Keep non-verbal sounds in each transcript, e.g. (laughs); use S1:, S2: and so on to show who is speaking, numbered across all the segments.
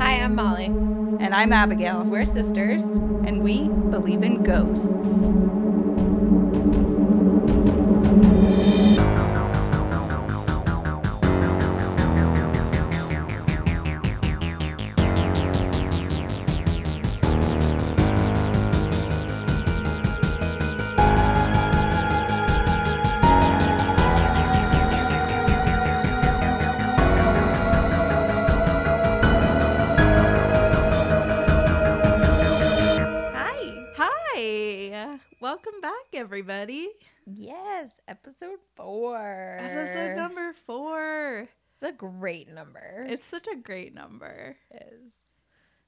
S1: Hi, I'm Molly.
S2: And I'm Abigail,
S1: We're sisters.
S2: and we believe in ghosts.
S1: Hi.
S2: Hi! Welcome back, everybody.
S1: Yes, episode four.
S2: Episode number four.
S1: It's a great number.
S2: It's such a great number.
S1: It is.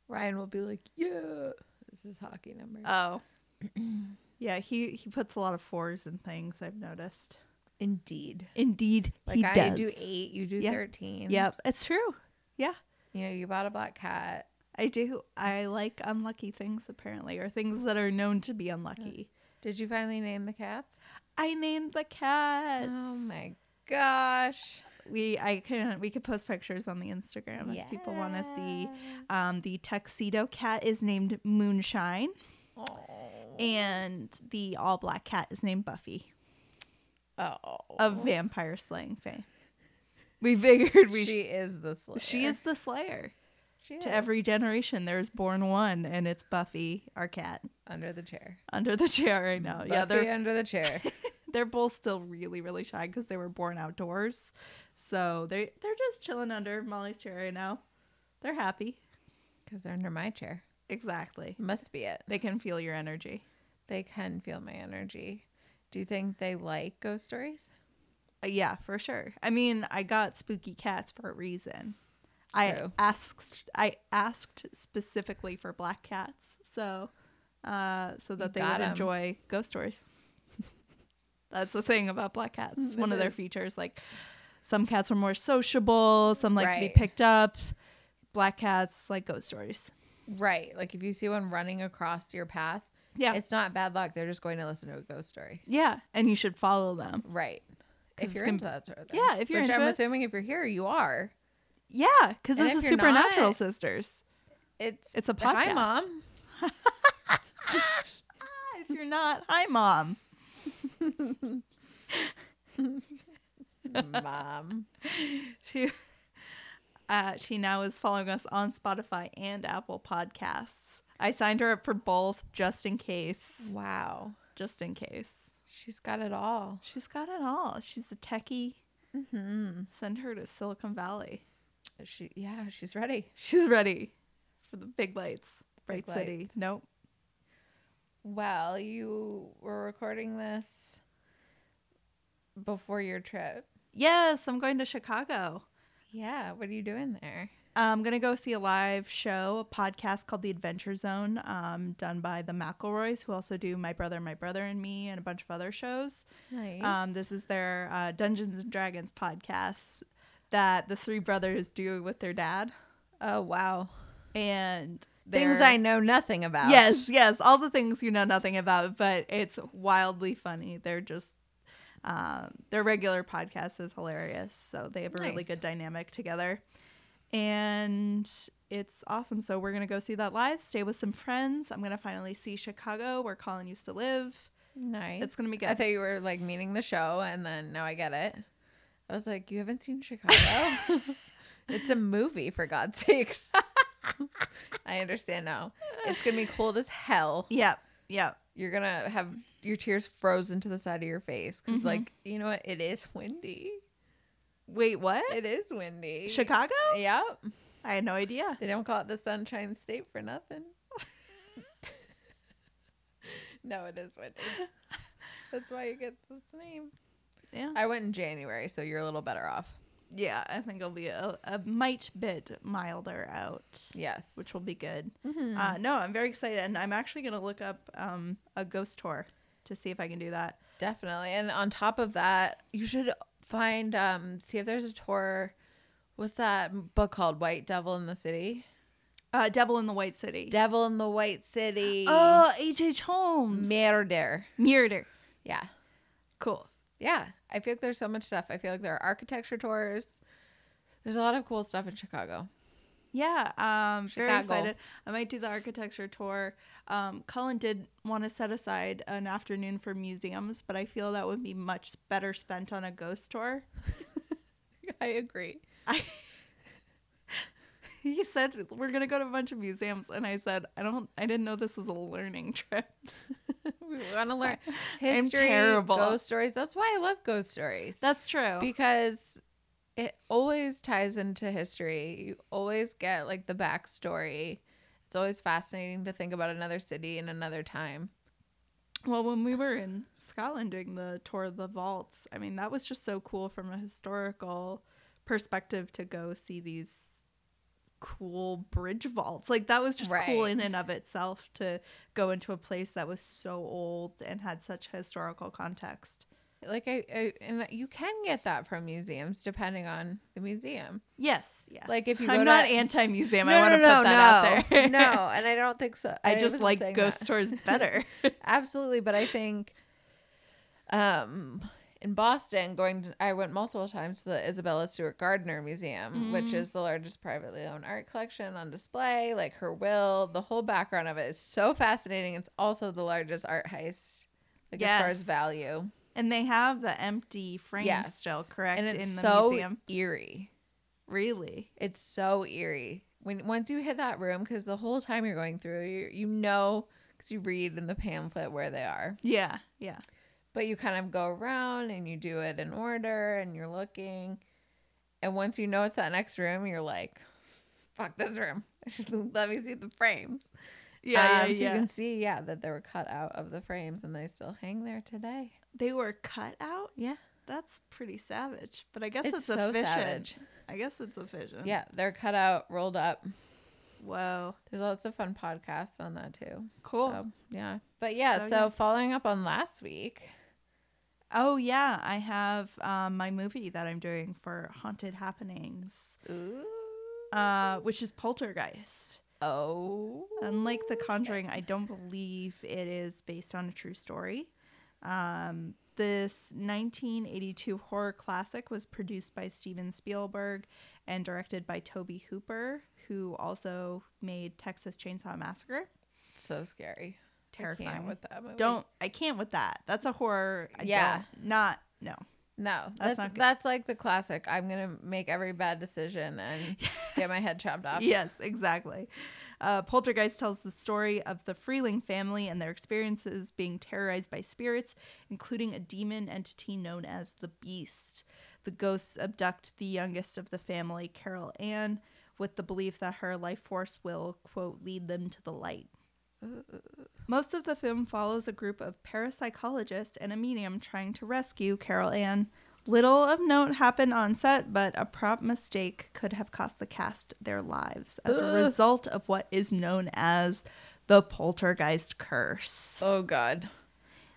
S1: Ryan will be like, yeah, this is hockey number.
S2: Oh. (clears throat) Yeah, he, he puts a lot of fours in things, I've noticed.
S1: Indeed.
S2: Indeed,
S1: Like
S2: he
S1: I
S2: does.
S1: do eight, you do
S2: Yep.
S1: thirteen.
S2: Yep, it's true.
S1: You know, you bought a black cat.
S2: I do. I like unlucky things, apparently, or things that are known to be unlucky.
S1: Did you finally name the cats?
S2: I named the cat.
S1: Oh my gosh.
S2: we I can we could post pictures on the Instagram if people want to see.
S1: Yeah.
S2: Um, the tuxedo cat is named Moonshine,
S1: Oh.
S2: and the all black cat is named Buffy
S1: Oh.
S2: of vampire slaying fame. We figured we
S1: she
S2: she,
S1: is the slayer.
S2: is the Slayer.
S1: She
S2: To every
S1: is.
S2: generation, there's born one, and it's Buffy, our cat,
S1: under the chair.
S2: under the chair right now.
S1: Buffy
S2: Oh, yeah, they're
S1: under the
S2: (laughs)
S1: chair.
S2: they're both still really really shy because they were born outdoors, so they they're just chilling under Molly's chair right now. They're happy.
S1: Because they're under my chair.
S2: Exactly.
S1: Must be it.
S2: They can feel your energy.
S1: They can feel my energy. Do you think they like ghost stories?
S2: Uh, Yeah, for sure. I mean, I got spooky cats for a reason. I
S1: True.
S2: asked I asked specifically for black cats, so uh, so that they
S1: got
S2: would
S1: 'em.
S2: enjoy ghost stories. (laughs) That's the thing about black cats.
S1: (laughs)
S2: It's one
S1: It
S2: of their
S1: is.
S2: features. Like some cats are more sociable, some like to be
S1: Right.
S2: picked up. Black cats like ghost stories.
S1: Right. Like if you see one running across your path,
S2: Yeah.
S1: it's not bad luck. They're just going to listen to a ghost story.
S2: yeah, and you should follow them.
S1: Right.
S2: 'Cause
S1: If
S2: it's
S1: you're
S2: gonna-
S1: into that sort of thing.
S2: Yeah, if you're
S1: Which
S2: into
S1: I'm
S2: it.
S1: assuming if you're here, you are.
S2: Yeah, because
S1: And
S2: this
S1: if
S2: is
S1: you're not-
S2: Supernatural Sisters.
S1: It's
S2: It's a
S1: Hi,
S2: podcast.
S1: (laughs) mom.
S2: If you're not, hi mom.
S1: mom.
S2: She (laughs) uh, she now is following us on Spotify and Apple Podcasts. I signed her up for both just in case.
S1: Wow.
S2: Just in case.
S1: She's got it all.
S2: She's got it all. She's a techie.
S1: hmm
S2: Send her to Silicon Valley. (laughs)
S1: She yeah, she's ready.
S2: She's ready for the big lights. Bright
S1: Big
S2: City.
S1: lights.
S2: Nope.
S1: Well, you were recording this before your trip.
S2: Yes, I'm going to Chicago. Uh,
S1: Yeah, what are you doing there?
S2: I'm gonna go see a live show, a podcast called The Adventure Zone, um, done by the McElroys, who also do My Brother, My Brother and Me, and a bunch of other shows.
S1: Nice.
S2: Um, this is their uh, Dungeons and Dragons podcast that the three brothers do with their dad,
S1: oh wow,
S2: and
S1: things
S2: they're-
S1: I know nothing about.
S2: Yes, yes, all the things you know nothing about, but it's wildly funny. They're just um, their regular podcast is hilarious, so they have a really
S1: Nice.
S2: good dynamic together, and it's awesome. So we're gonna go see that live, stay with some friends. I'm gonna finally see Chicago, where Colin used to live.
S1: nice.
S2: It's gonna be
S1: I
S2: good.
S1: thought you were like meaning the show, and then now I get it. I was like, you haven't
S2: (laughs)
S1: seen Chicago? it's a movie, for God's sakes. (laughs) I understand now. It's gonna be cold as hell.
S2: Yep, yep.
S1: You're gonna have your tears frozen to the side of your face because,
S2: Mhm.
S1: like, you know what? It is windy.
S2: Wait, what?
S1: It is windy.
S2: Chicago?
S1: Yep.
S2: I had no idea.
S1: They don't call it the Sunshine State for nothing. (laughs) no, it is windy. That's why it gets its name.
S2: Yeah.
S1: I went in January, so you're a little better off.
S2: Yeah, I think it'll be a, a might bit milder out,
S1: Yes.
S2: which will be good.
S1: Mhm.
S2: Uh, no, I'm very excited, and I'm actually going to look up um, a ghost tour to see if I can do that.
S1: Definitely. And on top of that, you should find, um, see if there's a tour. What's that book called? White Devil in the City?
S2: Uh, Devil in the White City.
S1: Devil in the White City.
S2: oh, H.H. H. Holmes.
S1: Murder.
S2: Murder.
S1: Yeah.
S2: Cool.
S1: Yeah, I feel like there's so much stuff. I feel like there are architecture tours. There's a lot of cool stuff in Chicago. (laughs)
S2: Yeah, um, very
S1: Chicago.
S2: excited. I might do the architecture tour. Um, Cullen did want to set aside an afternoon for museums, but I feel that would be much better spent on a ghost tour.
S1: I agree.
S2: He said we're gonna go to a bunch of museums, and I said I don't. I didn't know this was a learning (laughs) trip.
S1: We want to learn
S2: (laughs) I'm
S1: history,
S2: terrible.
S1: ghost stories. That's why I love ghost stories.
S2: That's true.
S1: because it always ties into history. You always get like the backstory. It's always fascinating to think about another city in another time.
S2: Well, when we were in Scotland doing the tour of the vaults, I mean, that was just so cool from a historical perspective to go see these cool bridge vaults. Like, that was just cool
S1: Right.
S2: in and of itself to go into a place that was so old and had such historical context.
S1: Like I, I and you can get that from museums depending on the museum.
S2: Yes, yes.
S1: Like, if you
S2: I'm
S1: go
S2: not
S1: to-
S2: anti-museum. I want to put that out
S1: no,
S2: there.
S1: no, and I don't think so.
S2: (laughs) I just
S1: wasn't
S2: like
S1: saying
S2: ghost
S1: that.
S2: tours better.
S1: (laughs) Absolutely, but I think um in Boston going to, I went multiple times to the Isabella Stewart Gardner Museum, which
S2: Mm.
S1: is the largest privately owned art collection on display, like her will, the whole background of it is so fascinating. It's also the largest art heist like as far as
S2: Yes.
S1: value.
S2: and they have the empty frame
S1: Yes.
S2: still, correct,
S1: And it's
S2: in the
S1: so
S2: museum.
S1: eerie.
S2: Really?
S1: It's so eerie. When once you hit that room cuz the whole time you're going through you you know cuz you read in the pamphlet where they are.
S2: Yeah, yeah.
S1: Um, but you kind of go around and you do it in order and you're looking and once you know it's that next room you're like fuck this room (laughs) let me see the frames
S2: Yeah,
S1: Um,
S2: yeah,
S1: so
S2: yeah.
S1: you can see yeah that they were cut out of the frames and they still hang there today
S2: They were cut out.
S1: yeah
S2: That's pretty savage. But I guess
S1: it's,
S2: it's,
S1: so
S2: efficient.
S1: savage
S2: I guess it's efficient.
S1: yeah they're cut out rolled up
S2: Whoa.
S1: there's lots of fun podcasts on that too
S2: Cool.
S1: So, yeah but yeah so,
S2: So, yeah.
S1: following up on last week
S2: Oh yeah, I have um, my movie that I'm doing for Haunted Happenings,
S1: ooh Um,
S2: uh, which is Poltergeist.
S1: oh
S2: Unlike The Conjuring, I don't believe it is based on a true story. Um, this 1982 horror classic was produced by Steven Spielberg and directed by Toby Hooper, who also made Texas Chainsaw Massacre.
S1: so scary I can't
S2: Terrifying.
S1: with that movie.
S2: don't I can't with that. That's a horror. I
S1: Yeah.
S2: don't- not no.
S1: No,
S2: That's
S1: that's
S2: not
S1: that's,
S2: good.
S1: like the classic. I'm gonna make every bad decision and (laughs) get my head chopped off.
S2: Yes, exactly. Uh, Poltergeist tells the story of the Freeling family and their experiences being terrorized by spirits, including a demon entity known as the Beast. The ghosts abduct the youngest of the family, Carol Ann, with the belief that her life force will, quote, lead them to the light. Most of the film follows a group of parapsychologists and a medium trying to rescue Carol Ann. Little of note happened on set, but a prop mistake could have cost the cast their lives as a
S1: Ugh.
S2: result of what is known as the poltergeist curse.
S1: Oh god.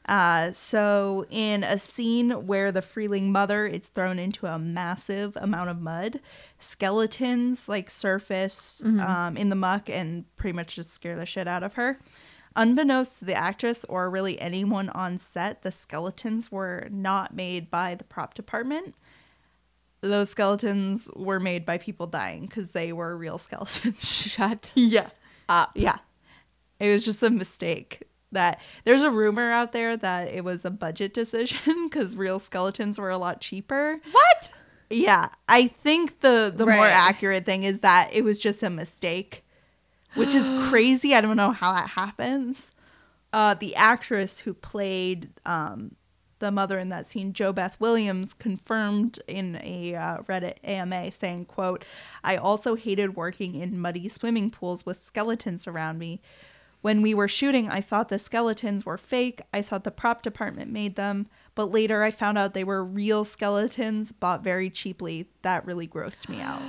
S2: Uh, so, in a scene where the Freeling mother is thrown into a massive amount of mud, skeletons like surface um, in the muck and pretty much just scare the shit out of her. Unbeknownst to the actress or really anyone on set, the skeletons were not made by the prop department. Those skeletons were made by people dying because they were real skeletons. (laughs)
S1: Shut
S2: yeah.
S1: up.
S2: Yeah. It was just a mistake that there's a rumor out there that it was a budget decision (laughs) because real skeletons were a lot cheaper.
S1: What?
S2: Yeah. I think the the more
S1: Right.
S2: accurate thing is that it was just a mistake, which
S1: (gasps)
S2: is crazy. I don't know how that happens. Uh, the actress who played um, the mother in that scene, Jo Beth Williams, confirmed in a uh, Reddit AMA saying, "quote I also hated working in muddy swimming pools with skeletons around me. When we were shooting, I thought the skeletons were fake. I thought the prop department made them, but later I found out they were real skeletons bought very cheaply. That really grossed me out.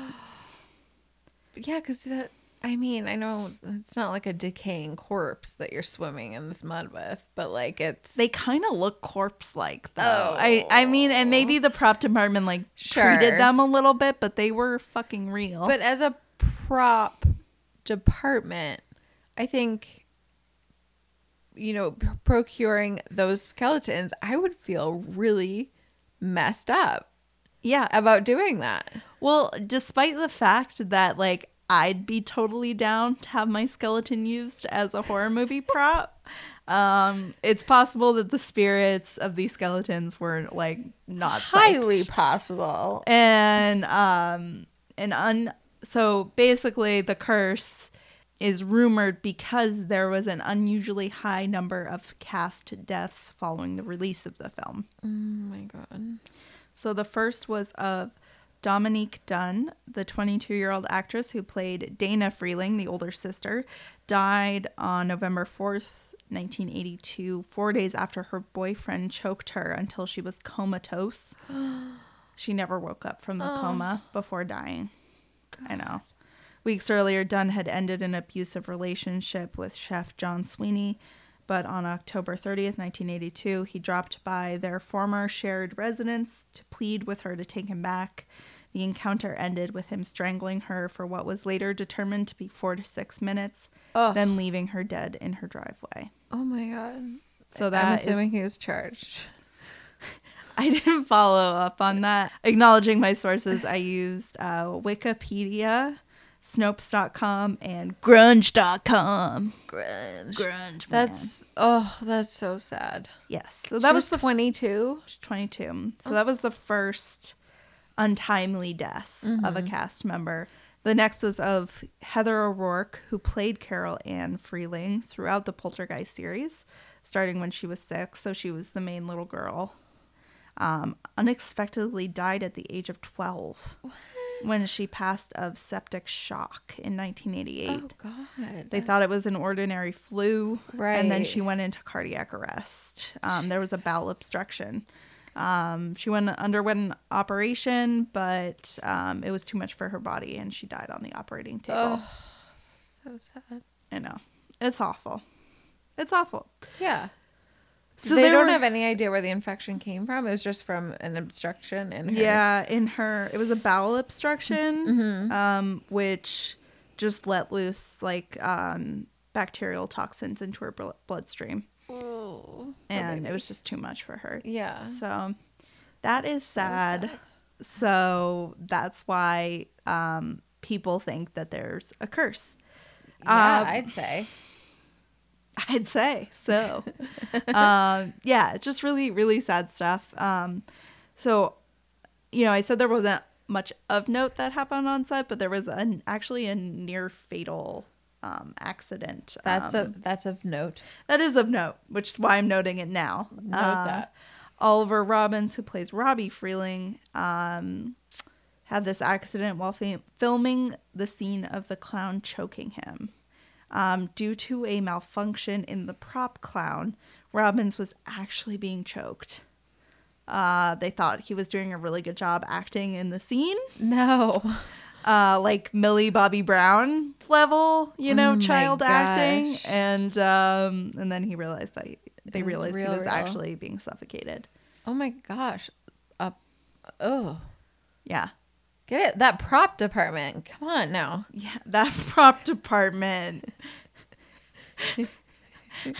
S1: Yeah, because that. I mean, I know it's not like a decaying corpse that you're swimming in this mud with, but like it's
S2: They kind of look corpse-like though. I I mean, and maybe the prop department like treated
S1: Oh. Sure.
S2: them a little bit, but they were fucking real.
S1: But as a prop department, I think you know p- procuring those skeletons, I would feel really messed up
S2: yeah,
S1: about doing that.
S2: Well, despite the fact that like I'd be totally down to have my skeleton used as a horror movie
S1: (laughs)
S2: prop. Um, it's possible that the spirits of these skeletons were like not psyched.
S1: Highly possible.
S2: and um and un so basically the curse is rumored because there was an unusually high number of cast deaths following the release of the film.
S1: Oh my god.
S2: So the first was of Dominique Dunn, the 22 year old actress who played Dana Freeling, the older sister, died on November 4th, 1982, four days after her boyfriend choked her until she was comatose. she never woke up from the
S1: Oh.
S2: coma before dying. I know. Weeks earlier, Dunn had ended an abusive relationship with chef John Sweeney, but on October 30th, 1982, he dropped by their former shared residence to plead with her to take him back. The encounter ended with him strangling her for what was later determined to be four to six minutes,
S1: Oh,
S2: then leaving her dead in her driveway.
S1: oh my god.
S2: So
S1: I'm
S2: that is-
S1: assuming he was charged.
S2: I didn't follow up on that. Acknowledging my sources, I used uh, Wikipedia, Snopes.com, and Grunge.com.
S1: Grunge.
S2: Grunge.
S1: That's oh, that's so sad.
S2: yes. So that was the
S1: 22.
S2: She's 22. So that was the first untimely death of a cast member. The next was of Heather O'Rourke, who played Carol Ann Freeling throughout the Poltergeist series, starting when she was six. So she was the main little girl. Um, unexpectedly died at the age of 12 when she passed of septic shock in 1988.
S1: Oh god.
S2: They thought it was an ordinary flu, and then
S1: Right.
S2: she went into cardiac arrest. Um, there was a bowel obstruction. Um, she went underwent an operation, but um, it was too much for her body, and she died on the operating table.
S1: oh, so sad.
S2: I know it's awful. It's awful.
S1: Yeah.
S2: So
S1: So they
S2: there
S1: don't
S2: were-
S1: have any idea where the infection came from. It was just from an obstruction and
S2: Yeah, in her it was a bowel
S1: Mm-hmm.
S2: obstruction, um, which just let loose like um, bacterial toxins into her bl- bloodstream,
S1: Oh, poor
S2: and it
S1: baby.
S2: was just too much for her.
S1: yeah.
S2: So that is
S1: sad.
S2: sad. So that's why um, people think that there's a curse. (laughs)
S1: Yeah,
S2: Um,
S1: I'd say.
S2: I'd say so. um, yeah, it's just really, really sad stuff. Um, so, you know, I said there wasn't much of note that happened on set, but there was an actually a near fatal um, accident.
S1: That's
S2: um,
S1: a that's of note.
S2: that is of note, which is why I'm noting it now.
S1: Note
S2: Uh,
S1: that.
S2: Oliver Robbins, who plays Robbie Freeling, um, had this accident while fi- filming the scene of the clown choking him. Um, due to a malfunction in the prop clown, Robbins was actually being choked. Uh, they thought he was doing a really good job acting in the scene,
S1: No.
S2: uh, like Millie Bobby Brown level, you know,
S1: Oh my
S2: child acting,
S1: gosh.
S2: and um, and then he realized that he, they
S1: It was
S2: realized he
S1: real,
S2: was
S1: real.
S2: actually being suffocated.
S1: Oh my gosh. Up. Oh.
S2: Yeah.
S1: Get it? That prop department. Come on now.
S2: Yeah, (laughs) that prop
S1: (laughs)
S2: department.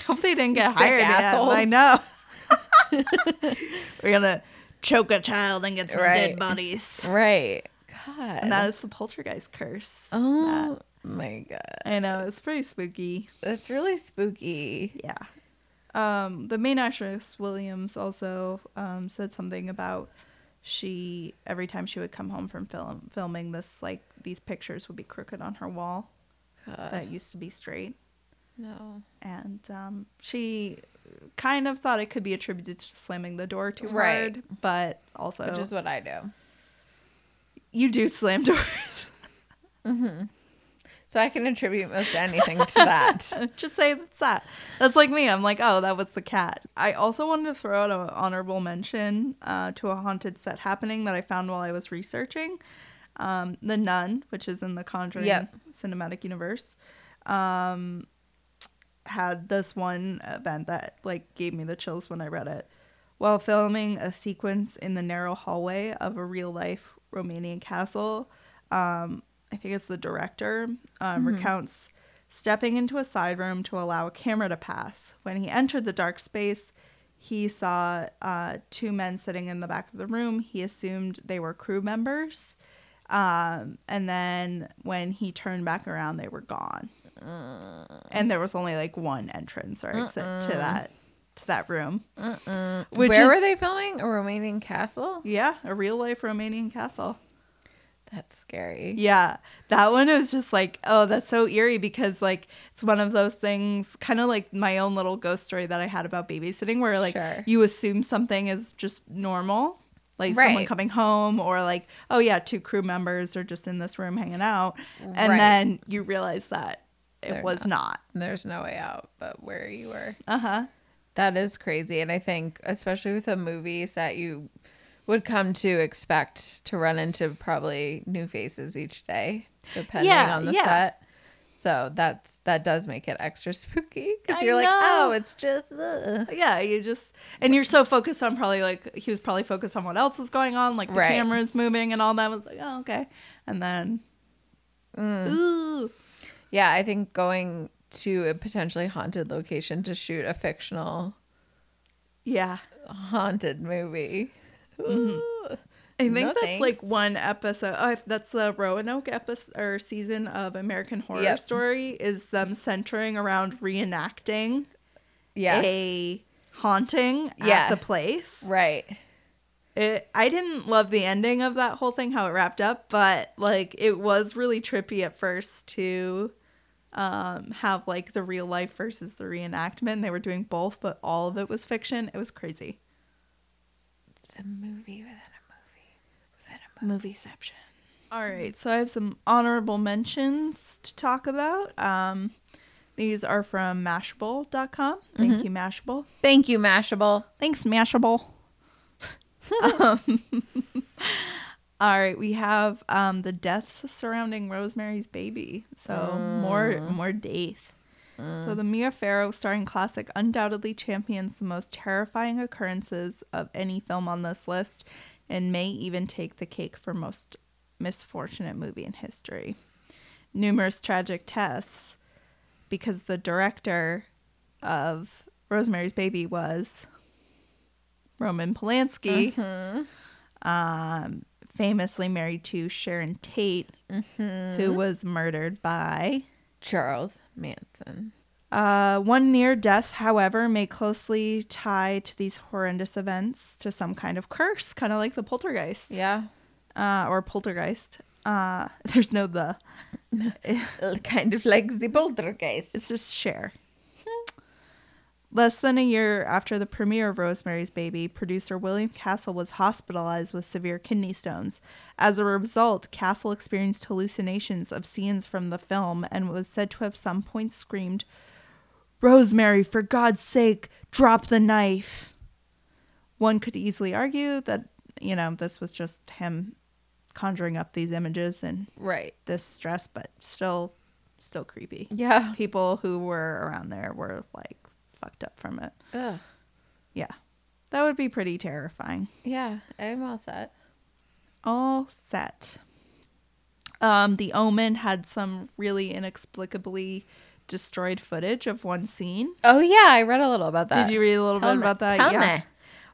S2: Hope they didn't get
S1: Sick
S2: hired. yet.
S1: assholes.
S2: I know.
S1: (laughs)
S2: We're gonna choke a child and get some dead
S1: Right.
S2: bodies.
S1: Right. God.
S2: And that is the poltergeist curse.
S1: oh my god.
S2: That- I know it's pretty spooky.
S1: That's really spooky.
S2: Yeah. Um, the main actress Williams also um, said something about she every time she would come home from film filming this like these pictures would be crooked on her wall
S1: God.
S2: that used to be straight.
S1: no.
S2: and um, she kind of thought it could be attributed to slamming the door too
S1: Right.
S2: hard, but also
S1: Which is what I do.
S2: you do slam (laughs) doors.
S1: So I can attribute most anything to that.
S2: Just say that's that. That's like me. I'm like, oh, that was the cat. I also wanted to throw out an honorable mention uh, to a haunted set happening that I found while I was researching. Um, the Nun, which is in the Conjuring
S1: Yep.
S2: cinematic universe, um, had this one event that like gave me the chills when I read it. While filming a sequence in the narrow hallway of a real life Romanian castle, um, I think it's the director um,
S1: Mhm.
S2: recounts stepping into a side room to allow a camera to pass. When he entered the dark space, he saw uh, two men sitting in the back of the room. He assumed they were crew members. Um, and then when he turned back around, they were gone. And there was only like one entrance or exit to that to that room. (laughs) Which
S1: Where
S2: is-
S1: were they filming? A Romanian castle?
S2: Yeah, a real life Romanian castle.
S1: That's scary.
S2: Yeah, that one was just like, oh, that's so eerie because like it's one of those things, kind of like my own little ghost story that I had about babysitting, where like
S1: Sure.
S2: you assume something is just normal, like someone
S1: Right.
S2: coming home, or like, oh yeah, two crew members are just in this room hanging out, and
S1: Right.
S2: then you realize that it
S1: They're
S2: was not.
S1: There's no way out but where you were.
S2: Uh huh.
S1: That is crazy. And I think, especially with the movies that you would come to expect to run into probably new faces each day, depending
S2: Yeah,
S1: on the
S2: yeah.
S1: set. So that's that does make it extra (laughs) spooky because
S2: I
S1: you're like,
S2: know.
S1: oh, it's just ugh."
S2: Yeah, you just and you're so focused on probably like he was probably focused on what else was going on, like the
S1: Right.
S2: cameras moving and all that. I was like, oh okay, and then
S1: Mm.
S2: ooh.
S1: yeah. I think going to a potentially haunted location to shoot a fictional
S2: Yeah.
S1: haunted movie.
S2: Mhm.
S1: Ooh.
S2: I think
S1: No
S2: that's like
S1: thanks.
S2: one episode. Oh, that's the Roanoke episode or season of American Horror
S1: Yep.
S2: Story is them centering around reenacting
S1: Yeah,
S2: a haunting at
S1: Yeah.
S2: the place.
S1: right.
S2: It, I didn't love the ending of that whole thing, how it wrapped up, but like it was really trippy at first to um, have like the real life versus the reenactment. They were doing both, but all of it was fiction. It was crazy.
S1: It's a movie within a
S2: Movieception. All right, so I have some honorable mentions to talk about. Um, these are from Mashable.com. Thank you, Mashable.
S1: movie. Thank you, Mashable.
S2: Thanks, Mashable. um, (laughs) all right, we have um, the deaths surrounding Rosemary's Baby. So more more death. So the Mia Farrow starring classic undoubtedly champions the most terrifying occurrences of any film on this list, and may even take the cake for most misfortunate movie in history. Numerous tragic deaths, because the director of Rosemary's Baby was Roman Polanski,
S1: Mhm.
S2: um, famously married to Sharon Tate,
S1: Mhm.
S2: who was murdered by.
S1: Charles Manson.
S2: Uh, one near death, however, may closely tie to these horrendous events to some kind of curse, kind of like the poltergeist
S1: Yeah.
S2: uh, or poltergeist. Uh, (laughs) there's no the.
S1: Kind of like the poltergeist.
S2: It's just share. Hmm. Less than a year after the premiere of Rosemary's Baby, producer William Castle was hospitalized with severe kidney stones. As a result, Castle experienced hallucinations of scenes from the film and was said to have some point screamed, Rosemary, for God's sake, drop the knife. One could easily argue that, you know, this was just him conjuring up these images and
S1: Right.
S2: this stress, but still, still creepy
S1: Yeah.
S2: people who were around there were like fucked up from it.
S1: Ugh.
S2: That would be pretty terrifying.
S1: Yeah. I'm all set.
S2: All set. Um, the Omen had some really inexplicably destroyed footage of one scene.
S1: Oh yeah, I read a little about that.
S2: Did you read a little
S1: Tell
S2: bit
S1: me-
S2: about that?
S1: Tell
S2: yeah.
S1: me.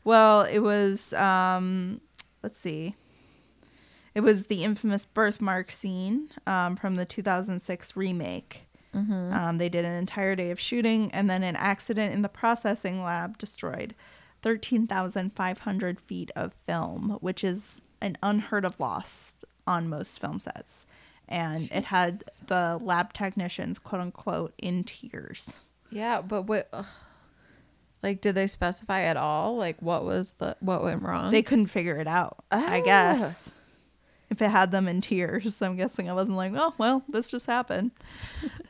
S2: Well, it was um, let's see. It was the infamous birthmark scene um, from the 2006 remake.
S1: Mhm.
S2: Um, they did an entire day of shooting, and then an accident in the processing lab destroyed 13,500 feet of film, which is an unheard of loss on most film sets. And it had
S1: Jeez.
S2: the lab technicians, quote unquote, in tears.
S1: Yeah, but what? ugh. Like, did they specify at all? Like, what was the what went wrong?
S2: They couldn't figure it out, I
S1: Uh-huh. Ah.
S2: guess. If it had them in tears, (laughs) I'm guessing I wasn't like, oh, well, this just
S1: (laughs)
S2: happened.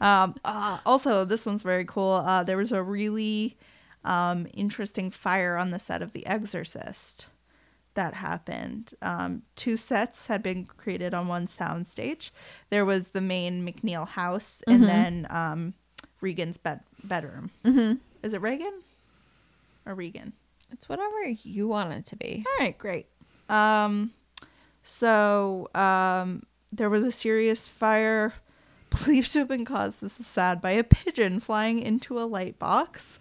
S2: um, uh, also, this one's very cool. Uh, there was a really um, interesting fire on the set of The Exorcist that happened. Um, two sets had been created on one soundstage. There was the main McNeil house and
S1: Mhm.
S2: then um, Regan's bed- bedroom.
S1: mm-hmm.
S2: Is it Regan or Regan?
S1: It's whatever you want it to be.
S2: All right, great. Um, so um, there was a serious fire (laughs) believed to have been caused. This is sad by a pigeon flying into a light box.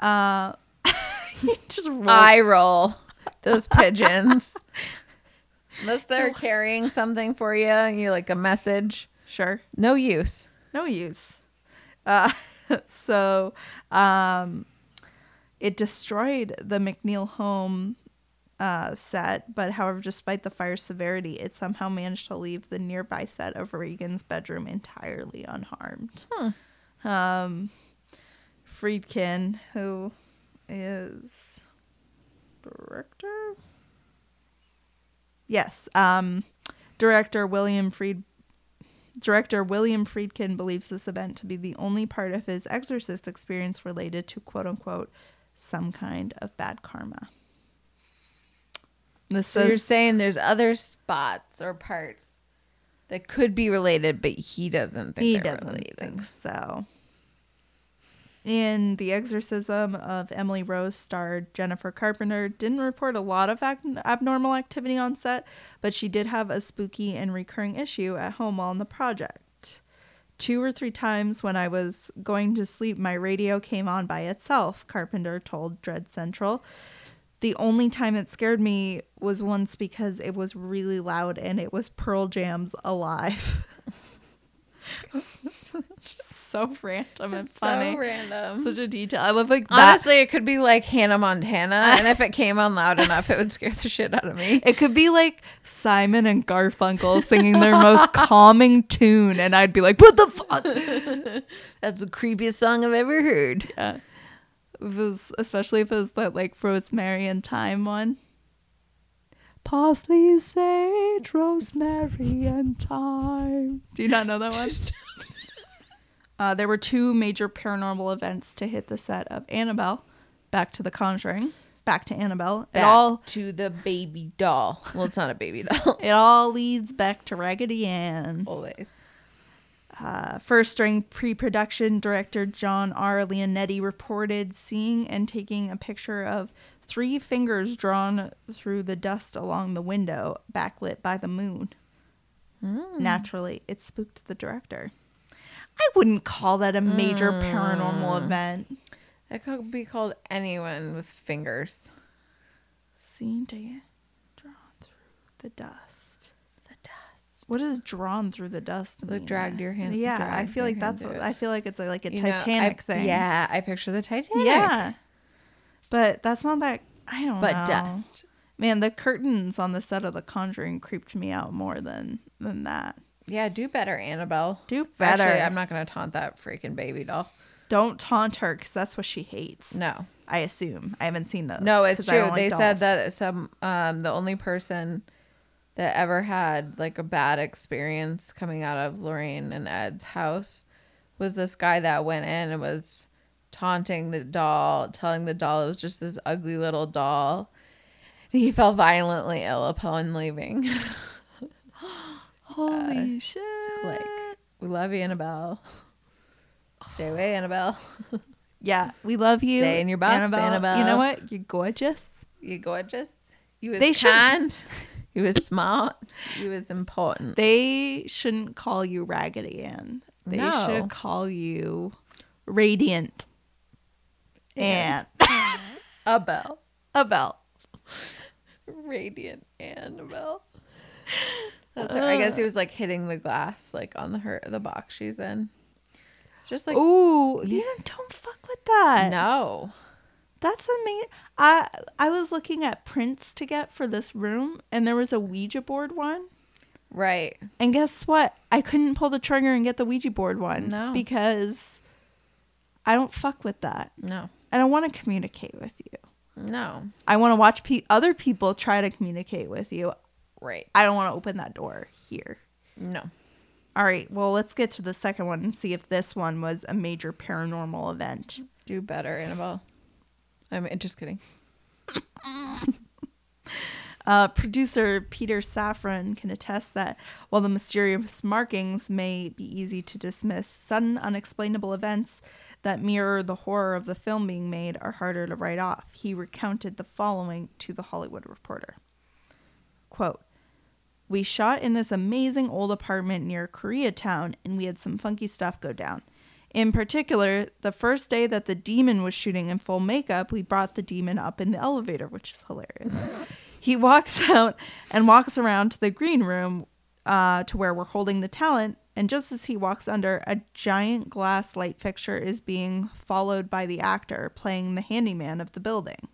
S2: Uh, (laughs) you just roll.
S1: (laughs) I roll those pigeons. (laughs) Unless they're carrying something for you, you like a message.
S2: Sure.
S1: No use.
S2: No use. Uh, (laughs) so um, it destroyed the McNeil home uh, set, but however, despite the fire's severity, it somehow managed to leave the nearby set of Regan's bedroom entirely unharmed. Um, Friedkin, who is director? Yes. Um, director William Fried Director William Friedkin believes this event to be the only part of his exorcist experience related to quote unquote some kind of bad karma. This
S1: So you're saying there's other spots or parts that could be related, but he doesn't think
S2: he
S1: they're
S2: doesn't
S1: related.
S2: think so. In The Exorcism of Emily Rose starred Jennifer Carpenter, didn't report a lot of ac- abnormal activity on set, but she did have a spooky and recurring issue at home while on the project. Two or three times when I was going to sleep, my radio came on by itself, Carpenter told Dread Central. The only time it scared me was once because it was really loud and it was Pearl Jam's Alive. (laughs) Just so random and funny.
S1: So random.
S2: Such a detail. I love like that.
S1: Honestly, it could be like Hannah Montana, and if it came on loud enough, it would scare the shit out
S2: (laughs)
S1: of me.
S2: It could be like Simon and Garfunkel (laughs) singing their most calming tune, and I'd be like, "What the (laughs) fuck?"
S1: That's the creepiest song I've ever heard.
S2: If it was, especially if it was that like Rosemary and Thyme one. Parsley, sage, rosemary, and thyme. (laughs) Do you not know that one? uh, there were two major paranormal events to hit the set of Annabelle. Back to The Conjuring. Back to Annabelle.
S1: Back
S2: It all
S1: to the baby doll. Well, it's not a
S2: (laughs)
S1: baby doll.
S2: it all leads back to Raggedy Ann.
S1: Always.
S2: Uh, first, during pre production, director John R. Leonetti reported seeing and taking a picture of three fingers drawn through the dust along the window, backlit by the moon. Naturally, it spooked the director. I wouldn't call that a major paranormal event.
S1: It could be called anyone with fingers.
S2: Seen to drawn through the dust. What is drawn through the dust?
S1: Like
S2: mean?
S1: dragged your hand-
S2: Yeah, I
S1: dragged
S2: feel
S1: your
S2: like
S1: hand
S2: that's.
S1: through
S2: What,
S1: it.
S2: I feel like it's like a
S1: You know, I-
S2: Titanic thing.
S1: Yeah, I picture the Titanic.
S2: Yeah. But that's not that I don't
S1: But
S2: know.
S1: dust.
S2: Man, the curtains on the set of The Conjuring creeped me out more than than that.
S1: Yeah, do better, Annabelle.
S2: Do better.
S1: Actually, I'm not going to taunt that freaking baby doll.
S2: Don't taunt her cuz that's what she hates.
S1: No.
S2: I assume. I haven't seen those.
S1: No, it's
S2: 'cause I
S1: true.
S2: don't like
S1: they said
S2: dolls.
S1: that some um the only person that ever had like a bad experience coming out of Lorraine and Ed's house was this guy that went in and was taunting the doll, telling the doll it was just this ugly little doll. He (laughs) fell violently ill upon leaving. (laughs)
S2: Holy shit.
S1: uh, like, we love you, Annabelle. Stay away, Annabelle.
S2: yeah, we love you.
S1: Stay in your box,
S2: You know
S1: Annabelle.
S2: what? You're gorgeous.
S1: You gorgeous. You was
S2: They should-
S1: kind. (laughs) You was smart. You was important.
S2: They shouldn't call you Raggedy Ann. They
S1: No.
S2: should call you Radiant Ann.
S1: A bell.
S2: About
S1: Radiant Annabelle. That's right. I guess he
S2: Ah.
S1: was like hitting the glass, like on the her the box she's in. It's just like
S2: Ooh,
S1: Yeah.
S2: you don't, don't fuck with that.
S1: no.
S2: That's amazing. I I was looking at prints to get for this room, and there was a Ouija board one.
S1: Right.
S2: And guess what? I couldn't pull the trigger and get the Ouija board one
S1: No.
S2: because I don't fuck with that.
S1: No.
S2: I don't want to communicate with you.
S1: No.
S2: I want to watch pe- other people try to communicate with you.
S1: Right.
S2: I don't want to open that door here.
S1: No.
S2: All right, well, let's get to the second one and see if this one was a major paranormal event.
S1: Do better, Annabelle. I'm just kidding.
S2: Uh, producer Peter Safran can attest that while the mysterious markings may be easy to dismiss, sudden unexplainable events that mirror the horror of the film being made are harder to write off. He recounted the following to the Hollywood Reporter. Quote, we shot in this amazing old apartment near Koreatown, and we had some funky stuff go down. In particular, the first day that the demon was shooting in full makeup, we brought the demon up in the elevator, which is hilarious. He (laughs) walks out and walks around to the green room uh, to where we're holding the talent. And just as he walks under, a giant glass light fixture is being followed by the actor playing the handyman of the building.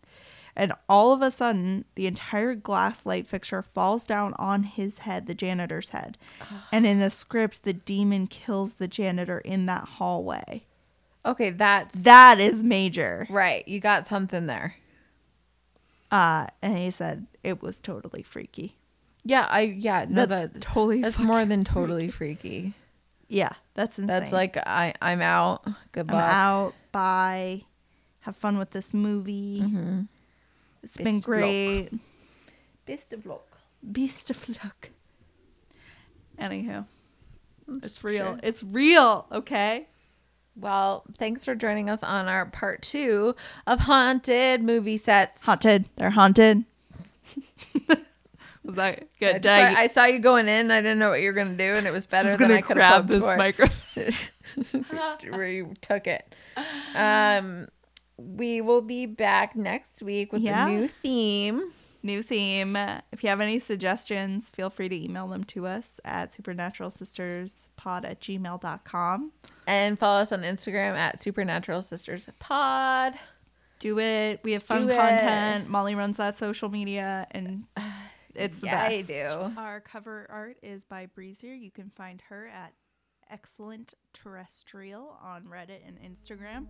S2: And all of a sudden, the entire glass light fixture falls down on his head, the janitor's
S1: (sighs)
S2: head. And in the script, the demon kills the janitor in that hallway.
S1: Okay, that's
S2: That is major.
S1: right. You got something there.
S2: Uh, and he said it was totally freaky.
S1: Yeah, I yeah, no
S2: that's
S1: that
S2: totally.
S1: that's
S2: fucking-
S1: more than totally freaky.
S2: Yeah, that's insane.
S1: That's like I I'm out.
S2: I'm
S1: Goodbye.
S2: out. Bye. Have fun with this movie.
S1: Mhm.
S2: It's been
S1: Best of luck.
S2: great.
S1: Best of luck.
S2: Beast of luck. Anywho, it's real.
S1: Sure.
S2: It's real. Okay.
S1: Well, thanks for joining us on our part two of haunted movie sets.
S2: Haunted. They're haunted. (laughs) was that
S1: I,
S2: good?
S1: just
S2: Did I-
S1: saw, I saw you going in. I didn't know what you were gonna do, and it was
S2: this
S1: better
S2: is
S1: than
S2: gonna
S1: I could have
S2: grab
S1: hoped
S2: this
S1: for.
S2: microphone.
S1: (laughs) where you took it. Um, we will be back next week with
S2: Yeah.
S1: a new theme.
S2: (laughs) new theme. If you have any suggestions, feel free to email them to us at supernaturalsisterspod at gmail.com.
S1: And follow us on Instagram at Supernatural Sisters Pod.
S2: Do it. We have fun
S1: Do it.
S2: content. Molly runs that social media
S1: (sighs)
S2: and it's the
S1: yeah, I
S2: best.
S1: do.
S2: Our cover art is by Breezer. You can find her at Excellent Terrestrial on Reddit and Instagram.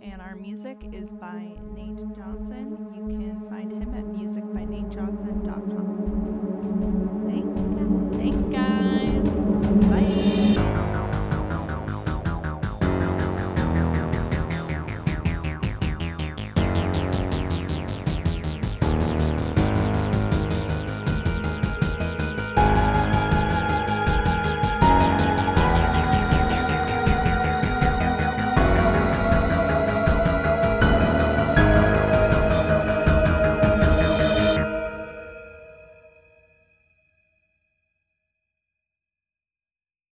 S2: And our music is by Nate Johnson. You can find him at musicbynatejohnson.com. Thanks, guys. Thanks, guys. Bye.